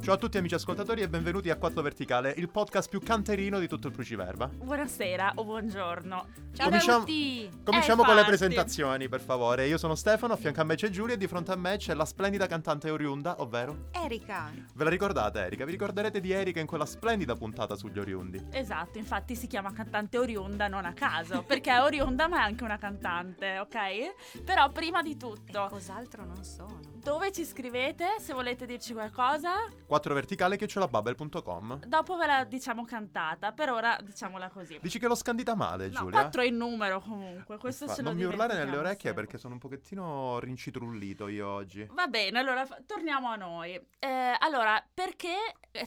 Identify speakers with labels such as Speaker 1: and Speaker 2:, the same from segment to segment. Speaker 1: Ciao a tutti amici ascoltatori e benvenuti a 4 Verticale, il podcast più canterino di tutto il Cruciverba.
Speaker 2: Buonasera o buongiorno.
Speaker 3: Ciao
Speaker 1: Cominciamo-
Speaker 3: a tutti!
Speaker 1: Cominciamo con le
Speaker 2: infatti.
Speaker 1: presentazioni, per favore. Io sono Stefano, a fianco a me c'è Giulia e di fronte a me c'è la splendida cantante oriunda, ovvero...
Speaker 3: Erika!
Speaker 1: Ve la ricordate Erika? Vi ricorderete di Erika in quella splendida puntata sugli oriundi.
Speaker 2: Esatto, infatti si chiama cantante oriunda non a caso, perché è oriunda ma è anche una cantante, ok? Però prima di
Speaker 3: Ecco.
Speaker 2: tutto,
Speaker 3: Cos'altro non sono?
Speaker 2: dove ci scrivete se volete dirci qualcosa?
Speaker 1: 4 Verticale chiocciolabubble.com
Speaker 2: Dopo ve la diciamo cantata, per ora diciamola così.
Speaker 1: Dici che l'ho scandita male,
Speaker 2: No,
Speaker 1: Eh, Giulia?
Speaker 2: 4 è il numero comunque, questo
Speaker 1: Fa-
Speaker 2: ce lo
Speaker 1: non mi urlare nelle
Speaker 2: dimentichiamo
Speaker 1: orecchie
Speaker 2: sempre.
Speaker 1: perché sono un pochettino rincitrullito io oggi.
Speaker 2: Va bene, allora fa- torniamo a noi. Eh, allora, perché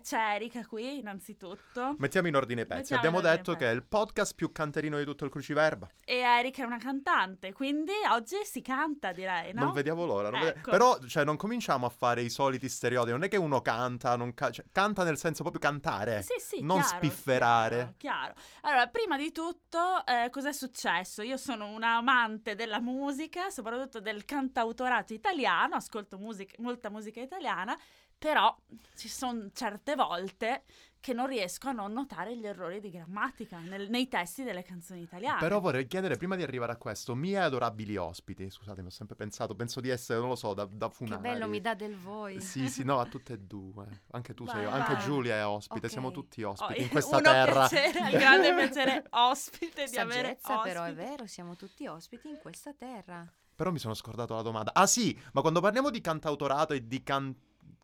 Speaker 2: c'è Erika qui innanzitutto?
Speaker 1: Mettiamo in ordine i pezzi.
Speaker 2: Mettiamo
Speaker 1: Abbiamo
Speaker 2: in ordine i
Speaker 1: detto
Speaker 2: pezzi.
Speaker 1: che è il podcast più canterino di tutto il Cruciverba.
Speaker 2: E Erika è una cantante, quindi oggi si canta
Speaker 3: Eh,
Speaker 2: direi, no?
Speaker 1: Non vediamo l'ora. non vede-
Speaker 2: Ecco.
Speaker 1: Però, cioè, non cominciamo a fare i soliti stereotipi. Non è che uno canta, non ca- cioè, canta nel senso proprio cantare.
Speaker 2: Sì, sì,
Speaker 1: non
Speaker 2: chiaro,
Speaker 1: spifferare.
Speaker 2: Chiaro, chiaro. Allora, prima di tutto, eh, cos'è successo? Io sono un amante della musica, soprattutto del cantautorato italiano, ascolto musica- molta musica italiana, però ci sono certe volte che non riesco a non notare gli errori di grammatica nel- nei testi delle canzoni italiane.
Speaker 1: Però vorrei chiedere, prima di arrivare a questo, miei adorabili ospiti. Scusatemi, ho sempre pensato, penso di essere, non lo so, da, da
Speaker 3: Che
Speaker 1: funare.
Speaker 3: bello, mi dà del voi!
Speaker 1: Sì, sì, no, a tutte e due. Anche tu
Speaker 3: Vai,
Speaker 1: sei,
Speaker 3: vai.
Speaker 1: anche Giulia è ospite,
Speaker 3: Ok.
Speaker 1: siamo tutti ospiti
Speaker 2: Oh,
Speaker 1: in questa
Speaker 2: uno
Speaker 1: terra.
Speaker 2: piacere, il grande piacere ospite di avere
Speaker 3: Saggezza però, è
Speaker 2: ospiti.
Speaker 3: vero, siamo tutti ospiti in questa terra.
Speaker 1: Però mi sono scordato la domanda. Ah sì, ma quando parliamo di cantautorato e di can-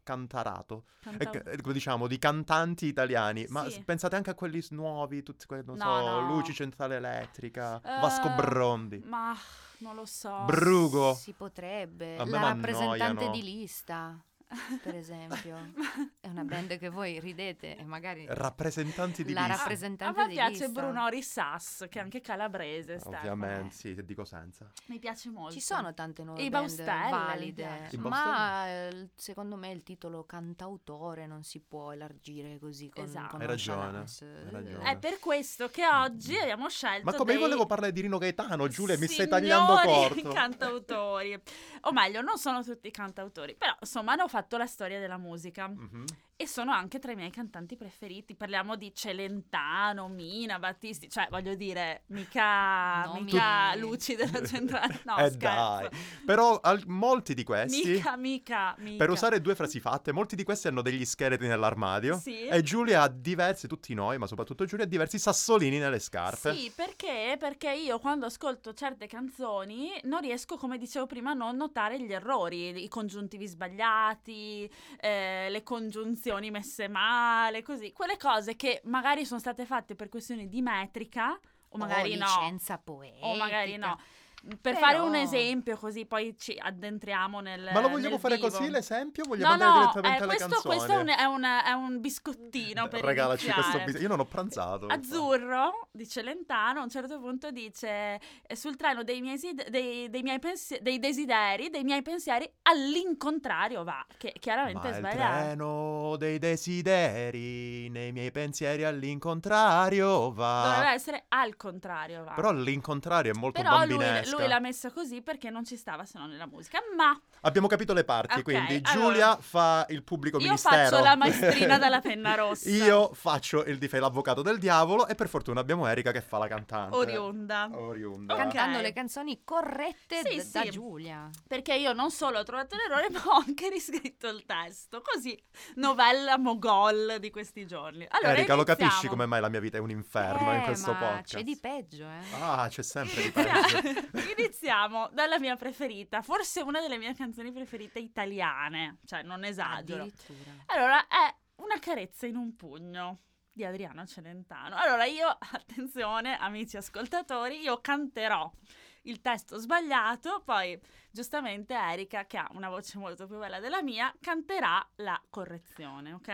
Speaker 1: cantarato, e
Speaker 2: Cantau-
Speaker 1: c- e come diciamo, di cantanti italiani, ma
Speaker 2: Esatto. Sì.
Speaker 1: s- pensate anche a quelli s- nuovi, tutti quelli, non
Speaker 2: No,
Speaker 1: so,
Speaker 2: no.
Speaker 1: Luci Centrale Elettrica,
Speaker 2: Eh,
Speaker 1: Vasco Brondi,
Speaker 2: Ma non lo so.
Speaker 1: Brugo.
Speaker 3: Si potrebbe.
Speaker 1: A me
Speaker 3: La
Speaker 1: m'annoiano.
Speaker 3: rappresentante di lista, per esempio. È una band che voi ridete e magari...
Speaker 1: rappresentanti di
Speaker 3: la
Speaker 1: lista.
Speaker 2: A
Speaker 3: Ah, rappresentante
Speaker 2: me
Speaker 3: di
Speaker 2: piace
Speaker 3: lista.
Speaker 2: Bruno Rissas, che è anche calabrese. Stefano. eh.
Speaker 1: Ovviamente, sì, te dico senza.
Speaker 2: Mi piace molto.
Speaker 3: Ci sono tante nuove
Speaker 2: I
Speaker 3: band
Speaker 2: Baustelle, mi
Speaker 3: valide,
Speaker 2: piace.
Speaker 1: I
Speaker 3: ma eh, secondo me il titolo cantautore non si può elargire così con,
Speaker 2: Esatto. Eh,
Speaker 3: con
Speaker 1: Hai ragione,
Speaker 3: nonchalance.
Speaker 1: hai ragione.
Speaker 2: È per questo che oggi abbiamo scelto.
Speaker 1: Mm. Ma come
Speaker 2: dei
Speaker 1: io volevo parlare di Rino Gaetano, Giulia, mi stai
Speaker 2: signori
Speaker 1: tagliando corto.
Speaker 2: cantautori. O meglio, non sono tutti cantautori, però insomma hanno fatto la storia della musica
Speaker 1: Mhm.
Speaker 2: e sono anche tra i miei cantanti preferiti. Parliamo di Celentano, Mina, Battisti, cioè voglio dire, mica,
Speaker 3: No,
Speaker 2: mica
Speaker 3: mi-
Speaker 2: luci della centrale. No,
Speaker 1: eh
Speaker 2: scherzo.
Speaker 1: dai, Eh, però al- molti di questi,
Speaker 2: Mica, mica, mica.
Speaker 1: per usare due frasi fatte, molti di questi hanno degli scheletri nell'armadio
Speaker 2: Sì.
Speaker 1: e Giulia ha diversi, tutti noi, ma soprattutto Giulia, ha diversi sassolini nelle scarpe.
Speaker 2: Sì, perché? Perché io quando ascolto certe canzoni non riesco, come dicevo prima, a non notare gli errori, i congiuntivi sbagliati, eh, le congiunzioni messe male, così. Quelle cose che magari sono state fatte per questioni di metrica o magari
Speaker 3: o
Speaker 2: no.
Speaker 3: licenza poetica.
Speaker 2: O magari no. Per
Speaker 3: Però-
Speaker 2: fare un esempio così poi ci addentriamo nel
Speaker 1: Ma lo vogliamo
Speaker 2: nel
Speaker 1: fare
Speaker 2: vivo.
Speaker 1: così l'esempio? Vogliamo
Speaker 2: No,
Speaker 1: andare
Speaker 2: no,
Speaker 1: direttamente
Speaker 2: eh,
Speaker 1: alla
Speaker 2: questo,
Speaker 1: canzone?
Speaker 2: questo è, un, è un- è un biscottino per
Speaker 1: Regalaci questo
Speaker 2: iniziare.
Speaker 1: bis- Io non ho pranzato.
Speaker 2: Azzurro di Celentano a un certo punto dice "Eh, sul treno dei miei, sid- dei, dei miei pensi- dei desideri, dei miei pensieri all'incontrario va, che chiaramente
Speaker 1: Ma
Speaker 2: è
Speaker 1: il
Speaker 2: sbagliato.
Speaker 1: treno dei desideri nei miei pensieri all'incontrario
Speaker 2: Doveva
Speaker 1: va.
Speaker 2: essere al contrario va.
Speaker 1: Però all'incontrario è molto
Speaker 2: Però lui,
Speaker 1: bambinesca.
Speaker 2: lui l'ha messa così perché non ci stava se non nella musica, ma
Speaker 1: Abbiamo capito le parti,
Speaker 2: Ok,
Speaker 1: quindi
Speaker 2: allora-
Speaker 1: Giulia fa il pubblico
Speaker 2: io
Speaker 1: ministero.
Speaker 2: faccio la maestrina dalla penna rossa.
Speaker 1: Io faccio il dif- l'avvocato del diavolo e per fortuna abbiamo Erika che fa la cantante.
Speaker 2: oriunda.
Speaker 1: Oh. Oriunda.
Speaker 2: Canta-
Speaker 3: Cantando
Speaker 2: Ok.
Speaker 3: le canzoni corrette
Speaker 2: Sì,
Speaker 3: d-
Speaker 2: sì.
Speaker 3: da Giulia.
Speaker 2: Perché io non solo ho trovato l'errore, ma ho anche riscritto il testo. Così, novella mogol di questi giorni. Allora,
Speaker 1: Erika, lo
Speaker 2: iniziamo.
Speaker 1: capisci come mai la mia vita è un inferno in
Speaker 3: Eh,
Speaker 1: questo
Speaker 3: ma
Speaker 1: podcast?
Speaker 3: C'è di peggio, eh.
Speaker 1: Ah, c'è sempre di peggio.
Speaker 2: Inizia- Iniziamo dalla mia preferita, forse una delle mie canzoni preferite italiane, cioè non esagero.
Speaker 3: Addirittura.
Speaker 2: Allora, è Una carezza in un pugno di Adriano Celentano. Allora, io, attenzione, amici ascoltatori, io canterò il testo sbagliato, poi giustamente Erika, che ha una voce molto più bella della mia, canterà la correzione, ok?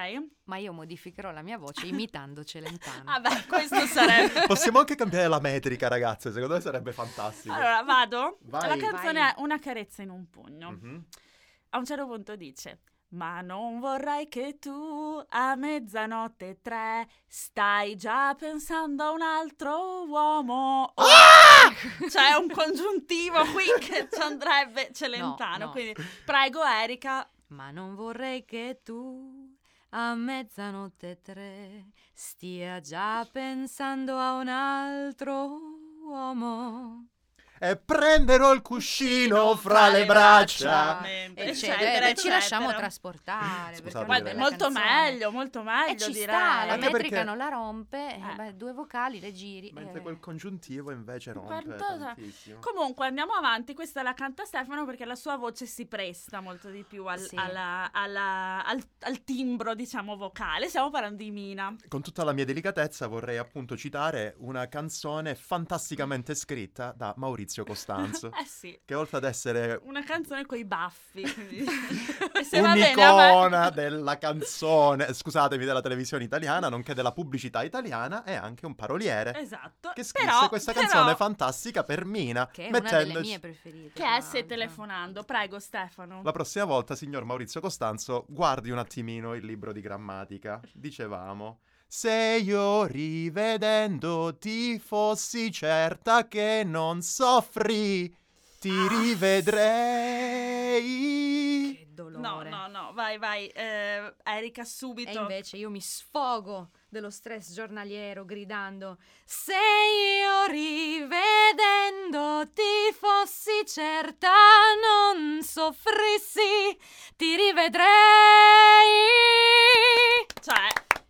Speaker 3: Ma io modificherò la mia voce imitando Celentano.
Speaker 2: Vabbè, questo sarebbe...
Speaker 1: Possiamo anche cambiare la metrica, ragazze. Secondo me sarebbe fantastico.
Speaker 2: Allora, vado?
Speaker 1: Vai.
Speaker 2: La canzone
Speaker 3: Vai.
Speaker 2: è Una carezza in un pugno.
Speaker 1: Mhm.
Speaker 2: a un certo punto dice ma non vorrei che tu a mezzanotte e tre stai già pensando a un altro uomo. Oh!
Speaker 3: Ah!
Speaker 1: Ah!
Speaker 2: C'è un congiuntivo qui che ci andrebbe celentano.
Speaker 3: no.
Speaker 2: Quindi prego Erika.
Speaker 3: Ma non vorrei che tu a mezzanotte e tre stia già pensando a un altro uomo.
Speaker 1: E prenderò il cuscino fra le braccia.
Speaker 2: Esattamente,
Speaker 3: Eccetera,
Speaker 2: eccetera,
Speaker 3: e ci lasciamo
Speaker 2: eccetera.
Speaker 3: trasportare. perché è una
Speaker 1: Scusate,
Speaker 2: Poi,
Speaker 1: bella
Speaker 2: molto
Speaker 3: canzone.
Speaker 2: meglio, molto meglio
Speaker 3: E ci
Speaker 2: direi.
Speaker 3: sta, la
Speaker 1: Anche
Speaker 3: metrica
Speaker 1: perché-
Speaker 3: non la rompe, eh,
Speaker 2: Eh.
Speaker 3: beh, due vocali le giri.
Speaker 1: Mentre
Speaker 3: eh.
Speaker 1: quel congiuntivo invece rompe
Speaker 2: Guarda-
Speaker 1: tantissimo.
Speaker 2: Comunque andiamo avanti, questa la canta Stefano perché la sua voce si presta molto di più al,
Speaker 3: Sì.
Speaker 2: alla- alla- al- al timbro, diciamo, vocale. Stiamo parlando di Mina.
Speaker 1: Con tutta la mia delicatezza vorrei appunto citare una canzone fantasticamente scritta da Maurizio Costanzo,
Speaker 2: Eh sì,
Speaker 1: che oltre ad essere
Speaker 2: una canzone coi baffi. quindi- E se va bene a me-
Speaker 1: un'icona della canzone, scusatemi, della televisione italiana, nonché della pubblicità italiana, è anche un paroliere
Speaker 2: Esatto.
Speaker 1: che scrisse
Speaker 2: però,
Speaker 1: questa
Speaker 2: però-
Speaker 1: canzone fantastica per Mina,
Speaker 3: Che è una delle
Speaker 1: mettendoci-
Speaker 3: mie preferite.
Speaker 2: Che
Speaker 3: tra
Speaker 2: è Se
Speaker 3: l'altro.
Speaker 2: telefonando. Prego Stefano.
Speaker 1: La prossima volta, signor Maurizio Costanzo, guardi un attimino il libro di grammatica. Dicevamo, se io rivedendo ti fossi certa che non soffri,
Speaker 3: Ah,
Speaker 1: ti rivedrei.
Speaker 3: Che
Speaker 2: No,
Speaker 3: dolore.
Speaker 2: no, no, vai, vai. eh, Erika subito.
Speaker 3: E invece io mi sfogo dello stress giornaliero gridando Se io rivedendo ti fossi certa non soffrissi ti rivedrei
Speaker 2: Cioè,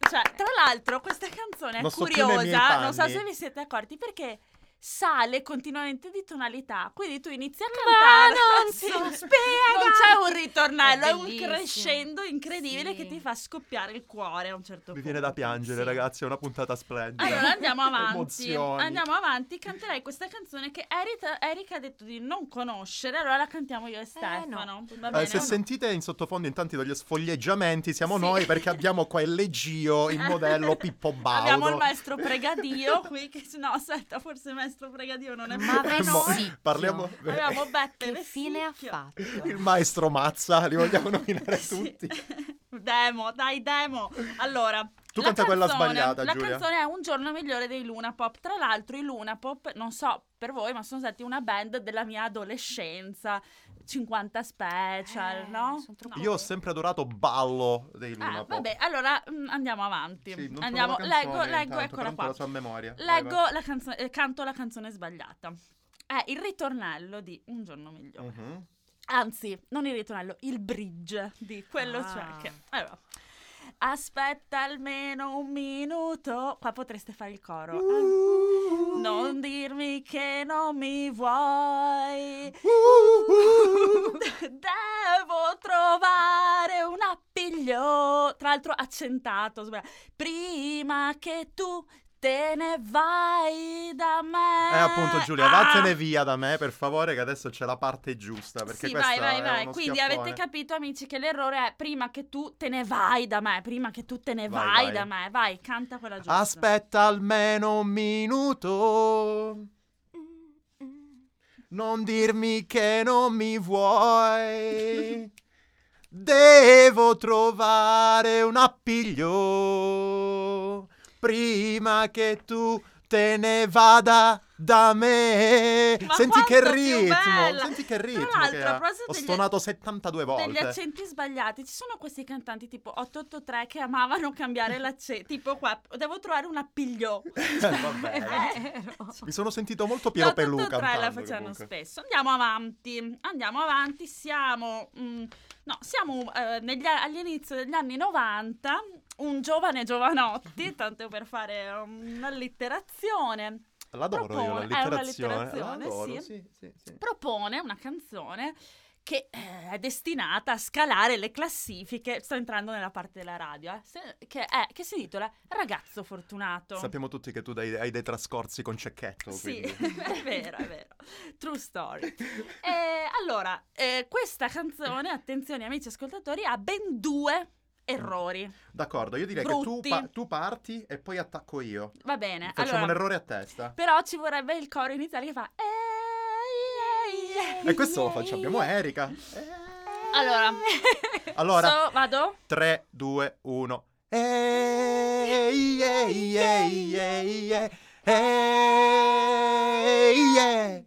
Speaker 2: cioè, tra l'altro, questa canzone è
Speaker 1: Non so più nei miei
Speaker 2: curiosa. Non so
Speaker 1: panni.
Speaker 2: se vi siete accorti perché sale continuamente di tonalità. Quindi tu inizi a
Speaker 3: Ma
Speaker 2: cantare.
Speaker 3: non
Speaker 2: Sì.
Speaker 3: so
Speaker 2: Non c'è
Speaker 3: spiegarti.
Speaker 2: un ritornello, è,
Speaker 3: È
Speaker 2: un
Speaker 3: bellissimo.
Speaker 2: crescendo incredibile
Speaker 3: Sì.
Speaker 2: che ti fa scoppiare il cuore a un certo punto.
Speaker 1: Mi viene da piangere,
Speaker 3: Sì.
Speaker 1: ragazzi, è una puntata splendida.
Speaker 2: Allora andiamo avanti.
Speaker 1: Emozioni.
Speaker 2: andiamo avanti. Canterei questa canzone che Erita- Erika ha detto di non conoscere. Allora la cantiamo io e Stefano. Va
Speaker 1: Eh,
Speaker 2: bene?
Speaker 1: se sentite in sottofondo intanto degli sfoglieggiamenti, siamo
Speaker 2: Sì.
Speaker 1: noi perché abbiamo qua il Legio in modello Pippo Baudo.
Speaker 2: Abbiamo il maestro Pregadio qui che no, aspetta, forse il maestro Pregadio non è
Speaker 3: Ma
Speaker 2: più.
Speaker 3: ve-
Speaker 1: Mo-
Speaker 3: Vessicchio.
Speaker 1: Parliamo
Speaker 2: Abbiamo Beppe
Speaker 3: Che fine ha
Speaker 2: Vessicchio.
Speaker 3: fatto?
Speaker 1: il maestro Mazza, li vogliamo nominare
Speaker 2: Sì.
Speaker 1: tutti.
Speaker 2: Demo, dai, demo. Allora,
Speaker 1: Tu
Speaker 2: la
Speaker 1: canta quella
Speaker 2: canzone-
Speaker 1: sbagliata,
Speaker 2: La
Speaker 1: Giulia.
Speaker 2: canzone è Un giorno migliore dei Luna Pop. Tra l'altro, i Luna Pop, non so per voi, ma sono stati una band della mia adolescenza. 50 special,
Speaker 3: Eh,
Speaker 2: no?
Speaker 3: sono troppo-
Speaker 1: Io ho sempre adorato ballo dei Luna
Speaker 2: Ah,
Speaker 1: Pop.
Speaker 2: vabbè, allora mm, andiamo avanti.
Speaker 1: Sì, non trovo
Speaker 2: andiamo,
Speaker 1: la canzone
Speaker 2: leggo, leggo,
Speaker 1: intanto,
Speaker 2: eccola
Speaker 1: pronto
Speaker 2: qua.
Speaker 1: la sua memoria. Vai,
Speaker 2: Leggo la canzone, eh, canto la canzone sbagliata. È il ritornello di Un giorno
Speaker 1: vai.
Speaker 2: migliore.
Speaker 1: Mhm.
Speaker 2: Anzi, non il ritornello, il bridge di quello
Speaker 3: Ah.
Speaker 2: c'è che... allora. Aspetta almeno un minuto. Qua potreste fare il coro.
Speaker 1: Uh.
Speaker 2: Al- Non dirmi che non mi vuoi. Devo trovare un appiglio. Tra l'altro accentato. sbra- Prima che tu te ne vai da me.
Speaker 1: Eh appunto Giulia,
Speaker 2: Ah!
Speaker 1: vattene via da me per favore che adesso c'è la parte giusta perché
Speaker 2: Sì,
Speaker 1: questa è
Speaker 2: vai, vai, vai.
Speaker 1: uno
Speaker 2: Quindi
Speaker 1: schiaffone.
Speaker 2: avete capito, amici, che l'errore è prima che tu te ne vai da me, prima che tu te ne
Speaker 1: Vai,
Speaker 2: vai,
Speaker 1: vai.
Speaker 2: da me. Vai, canta quella giusta.
Speaker 1: Aspetta almeno un minuto. Non dirmi che non mi vuoi. Devo trovare un appiglio prima che tu te ne vada da me.
Speaker 2: Ma
Speaker 1: senti che
Speaker 2: quanto più
Speaker 1: ritmo,
Speaker 2: bella!
Speaker 1: senti che
Speaker 2: Tra
Speaker 1: ritmo
Speaker 2: l'altro,
Speaker 1: che
Speaker 2: a
Speaker 1: ha.
Speaker 2: proposito
Speaker 1: Ho
Speaker 2: degli-
Speaker 1: stonato 72
Speaker 2: Degli
Speaker 1: volte.
Speaker 2: accenti sbagliati. Ci sono questi cantanti tipo 883 che amavano cambiare l'accento. tipo qua, devo trovare un appiglio.
Speaker 1: Vabbè,
Speaker 3: È
Speaker 2: Eh.
Speaker 3: vero.
Speaker 1: Mi sono sentito molto Piero
Speaker 2: Piero
Speaker 1: Pelù cantando.
Speaker 2: la facevano
Speaker 1: comunque.
Speaker 2: spesso. Andiamo avanti, andiamo avanti, siamo... mm, no, siamo eh, negli a- all'inizio degli anni 90, un giovane giovanotti, tanto per fare um, un'allitterazione,
Speaker 1: L'adoro io, la
Speaker 2: Propone- è una
Speaker 1: letterazione.
Speaker 2: letterazione,
Speaker 1: L'adoro,
Speaker 2: sì.
Speaker 1: sì, sì, sì.
Speaker 2: propone una canzone che eh, è destinata a scalare le classifiche, sto entrando nella parte della radio, eh, se- che, è- che si titola Ragazzo Fortunato.
Speaker 1: Sappiamo tutti che tu dai- hai dei trascorsi con cecchetto,
Speaker 2: Certo. Sì,
Speaker 1: quindi.
Speaker 2: è vero, è vero. True story. Eh, allora, eh, questa canzone, attenzione amici ascoltatori, ha ben due errori.
Speaker 1: D'accordo, io direi che tu,
Speaker 2: Brutti.
Speaker 1: pa- tu parti e poi attacco io.
Speaker 2: Va bene.
Speaker 1: Facciamo un
Speaker 2: allora,
Speaker 1: errore a testa.
Speaker 2: però ci vorrebbe il coro iniziale che fa... "Ehi, ehi, ehi,
Speaker 1: E Eh, questo lo facciamo,
Speaker 2: ehi,
Speaker 1: abbiamo
Speaker 2: ehi".
Speaker 1: Erika. Eh.
Speaker 2: Allora,
Speaker 1: Allora,
Speaker 2: so- vado?
Speaker 1: 3, 2, 1. Ehi, Eh. ehi, ehi, ehi, ehi, ehi, ehi.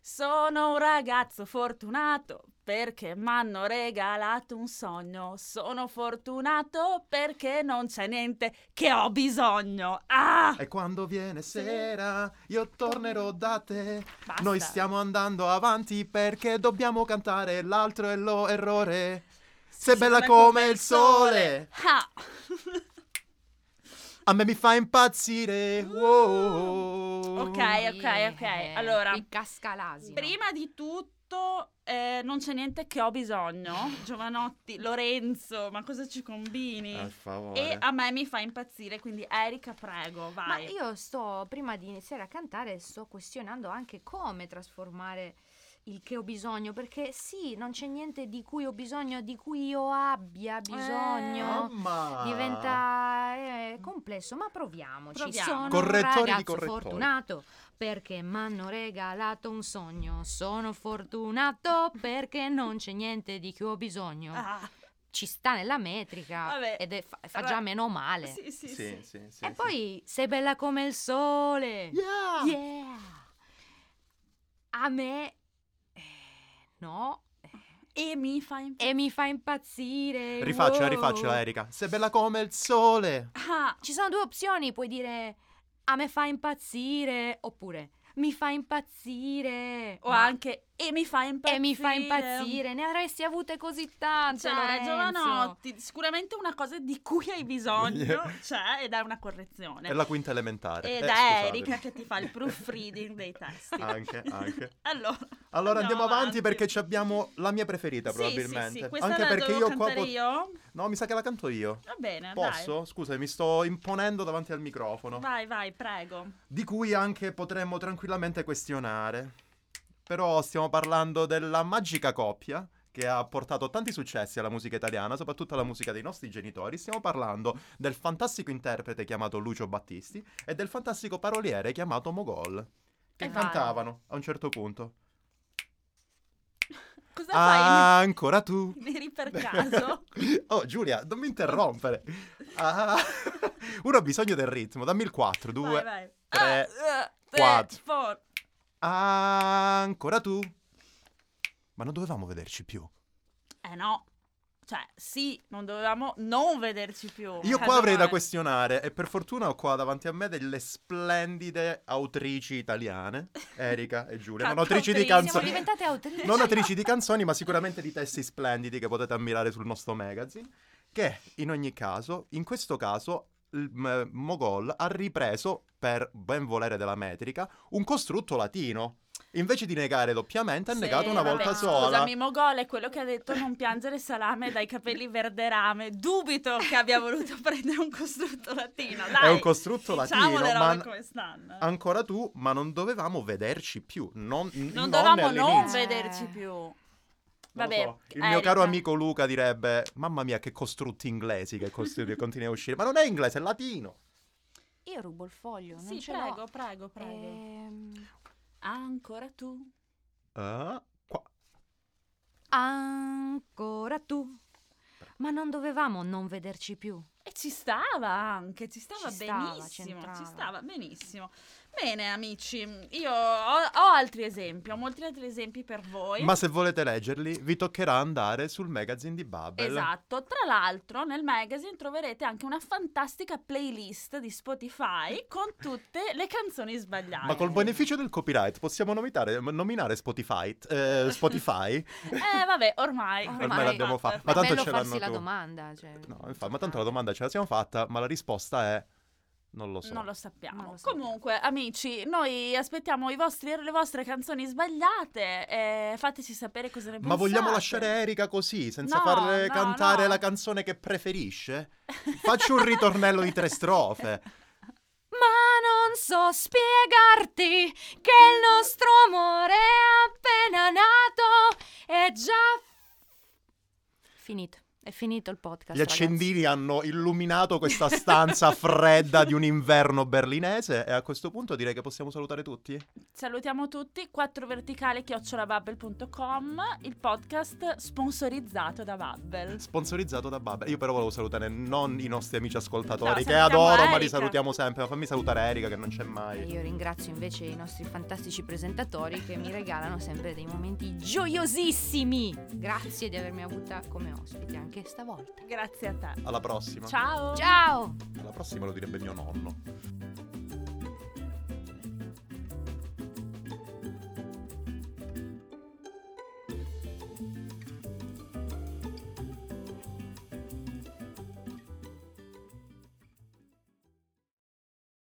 Speaker 2: Sono un ragazzo fortunato perché m'hanno regalato un sogno. Sono fortunato perché non c'è niente che ho bisogno. Ah!
Speaker 1: E quando viene sera io tornerò da te.
Speaker 2: Basta.
Speaker 1: Noi stiamo andando avanti perché dobbiamo cantare l'altro è lo errore. Sei bella come il sole.
Speaker 2: Ah.
Speaker 1: A me mi fa impazzire. Wow.
Speaker 2: Ok, ok, ok. Allora,
Speaker 3: Qui Eh, casca l'asino.
Speaker 2: Prima di tutto, eh, non c'è niente che ho bisogno. Giovanotti, Lorenzo, ma cosa ci combini?
Speaker 1: Per favore.
Speaker 2: e a me mi fa impazzire, quindi Erika, prego,
Speaker 3: Ma
Speaker 2: vai.
Speaker 3: io sto, prima di iniziare a cantare, sto questionando anche come trasformare il che ho bisogno, perché sì, non c'è niente di cui ho bisogno, di cui io abbia bisogno.
Speaker 2: Eh.
Speaker 1: Mamma.
Speaker 3: Diventa eh, complesso, ma proviamoci.
Speaker 2: Proviamo.
Speaker 3: Sono
Speaker 1: Correttori
Speaker 3: un
Speaker 1: di
Speaker 3: ragazzo
Speaker 1: correttori.
Speaker 3: fortunato perché mi hanno regalato un sogno. Sono fortunato perché non c'è niente di cui ho bisogno.
Speaker 2: Ah,
Speaker 3: Ci sta nella metrica
Speaker 2: Vabbè.
Speaker 3: ed è fa, fa già meno male.
Speaker 2: Sì, sì, sì.
Speaker 1: Sì, sì, sì.
Speaker 3: e
Speaker 1: sì.
Speaker 3: poi sei bella come il sole.
Speaker 1: Yeah.
Speaker 3: Yeah. A me eh, no
Speaker 2: E mi fa impazzire.
Speaker 3: e mi fa impazzire.
Speaker 1: Rifacela,
Speaker 3: wow.
Speaker 1: rifacela Erika. Sei bella come il sole.
Speaker 2: Ah,
Speaker 3: Ci sono due opzioni, puoi dire a me fa impazzire oppure mi fa impazzire.
Speaker 2: o
Speaker 3: Ma-
Speaker 2: anche e mi fa impazzire.
Speaker 3: e mi fa impazzire, ne avresti avute così tante,
Speaker 2: Cioè,
Speaker 3: Lorenzo.
Speaker 2: Giovanotti, sicuramente una cosa di cui hai bisogno
Speaker 1: Yeah.
Speaker 2: c'è ed è una correzione.
Speaker 1: È la quinta elementare.
Speaker 2: Ed
Speaker 1: Eh,
Speaker 2: è
Speaker 1: scusate.
Speaker 2: Ah, Erika che ti fa il proofreading dei testi.
Speaker 1: Anche, anche.
Speaker 2: Allora,
Speaker 1: Allora andiamo, avanti, perché ci abbiamo la mia preferita
Speaker 2: Sì,
Speaker 1: probabilmente.
Speaker 2: Sì, sì, questa
Speaker 1: Anche
Speaker 2: la
Speaker 1: perché
Speaker 2: devo
Speaker 1: io qua
Speaker 2: cantare
Speaker 1: po-
Speaker 2: io. Eh,
Speaker 1: No, mi sa che la canto io.
Speaker 2: Va bene,
Speaker 1: Posso? Scusa, mi sto imponendo davanti al microfono,
Speaker 2: dai. Vai, vai, prego.
Speaker 1: di cui anche potremmo tranquillamente questionare. Però stiamo parlando della magica coppia che ha portato tanti successi alla musica italiana, soprattutto alla musica dei nostri genitori. Stiamo parlando del fantastico interprete chiamato Lucio Battisti e del fantastico paroliere chiamato Mogol, che
Speaker 2: E vai.
Speaker 1: cantavano a un certo punto.
Speaker 2: Cosa
Speaker 1: Ah, ancora tu.
Speaker 2: fai? Neri per caso?
Speaker 1: Oh Giulia, non mi interrompere. Ah, uno ha bisogno del ritmo, dammi il 4, 2.
Speaker 2: vai, vai.
Speaker 1: tre,
Speaker 2: Ah, eh, tre,
Speaker 1: quattro.
Speaker 2: four.
Speaker 1: ancora tu. Ma non dovevamo vederci più.
Speaker 2: Eh no. Cioè, sì, non dovevamo non vederci più.
Speaker 1: Io
Speaker 2: Eh,
Speaker 1: qua avrei da
Speaker 2: dai.
Speaker 1: questionare e per fortuna ho qua davanti a me delle splendide autrici italiane, Erika e
Speaker 2: Ah,
Speaker 1: Giulia. Non autrici di
Speaker 2: Cantautrici,
Speaker 3: Siamo
Speaker 1: canzoni.
Speaker 3: diventate autrici.
Speaker 1: Non autrici di canzoni, ma sicuramente di testi splendidi che potete ammirare sul nostro magazine. Che in ogni caso, in questo caso, il m- Mogol ha ripreso, per ben volere della metrica, un costrutto latino. Invece di negare doppiamente, ha
Speaker 2: Sì,
Speaker 1: negato una
Speaker 2: vabbè,
Speaker 1: volta sola.
Speaker 2: Scusami, Mogol è quello che ha detto non piangere salame dai capelli verderame. Dubito che abbia voluto prendere un costrutto latino. Dai.
Speaker 1: È un costrutto
Speaker 2: Diciamo
Speaker 1: latino,
Speaker 2: le robe
Speaker 1: ma Ah,
Speaker 2: come stanno.
Speaker 1: ancora tu, ma non dovevamo vederci più. Non,
Speaker 2: non
Speaker 1: non
Speaker 2: dovevamo Eh. non
Speaker 1: all'inizio.
Speaker 3: ve-
Speaker 2: vederci più.
Speaker 1: Non lo
Speaker 2: Vabbè,
Speaker 1: so. il mio
Speaker 2: Erika.
Speaker 1: caro amico Luca direbbe: Mamma mia, che costrutti inglesi che costru- continui a uscire. Ma non è inglese, è latino.
Speaker 3: Io rubo il foglio, non
Speaker 2: Sì,
Speaker 3: ce
Speaker 2: prego,
Speaker 3: l'ho.
Speaker 2: prego, prego.
Speaker 3: Ehm,
Speaker 2: Eh, Ancora tu.
Speaker 1: Ah, qua.
Speaker 3: ancora tu. Ma non dovevamo non vederci più.
Speaker 2: E ci stava anche, ci stava
Speaker 3: Ci stava,
Speaker 2: benissimo,
Speaker 3: c'entrava.
Speaker 2: ci stava benissimo. Bene amici, io ho, ho altri esempi, ho molti altri esempi per voi.
Speaker 1: Ma se volete leggerli, vi toccherà andare sul magazine di Bubble.
Speaker 2: Esatto, tra l'altro nel magazine troverete anche una fantastica playlist di
Speaker 3: Mm.
Speaker 2: Spotify con tutte le canzoni sbagliate.
Speaker 1: Ma col beneficio del copyright possiamo nominare, nominare Spotify. eh, Spotify.
Speaker 2: Eh vabbè, ormai.
Speaker 3: Ormai
Speaker 1: Ormai l'abbiamo fatta. Ma
Speaker 3: Ma
Speaker 1: tanto
Speaker 3: bello
Speaker 1: ce
Speaker 3: farsi
Speaker 1: l'hanno
Speaker 3: la
Speaker 1: tu.
Speaker 3: domanda. Cioè,
Speaker 1: No, infatti, ma tanto la domanda ce la siamo fatta, ma la risposta è. Non lo so.
Speaker 2: Non lo sappiamo.
Speaker 3: Non lo sappiamo.
Speaker 2: Comunque, amici, noi aspettiamo i vostri- le vostre canzoni sbagliate. eh, fateci sapere cosa ne
Speaker 1: Ma
Speaker 2: pensate.
Speaker 1: vogliamo lasciare Erika così, senza
Speaker 2: No,
Speaker 1: farle
Speaker 2: no,
Speaker 1: cantare
Speaker 2: no.
Speaker 1: la canzone che preferisce? Faccio un ritornello di tre strofe.
Speaker 3: Ma non so spiegarti che il nostro amore appena nato è già finito. È finito il podcast.
Speaker 1: Gli
Speaker 3: ragazzi.
Speaker 1: accendini hanno illuminato questa stanza fredda di un inverno berlinese e a questo punto direi che possiamo salutare tutti.
Speaker 2: Salutiamo tutti, 4 verticale chiocciolabubble.com, il podcast sponsorizzato da Bubble.
Speaker 1: Sponsorizzato da Babel. Io però volevo salutare non i nostri amici ascoltatori
Speaker 2: No,
Speaker 1: che
Speaker 2: salutiamo
Speaker 1: adoro, ma li
Speaker 2: Erika.
Speaker 1: salutiamo sempre. Ma fammi salutare Erika che non c'è
Speaker 3: E
Speaker 1: mai.
Speaker 3: Eh, Io ringrazio invece i nostri fantastici presentatori che mi regalano sempre dei momenti gioiosissimi. Grazie di avermi avuta come ospite anche stavolta.
Speaker 2: Grazie a te.
Speaker 1: Alla prossima.
Speaker 2: Ciao.
Speaker 3: Ciao!
Speaker 1: Alla prossima lo direbbe mio nonno.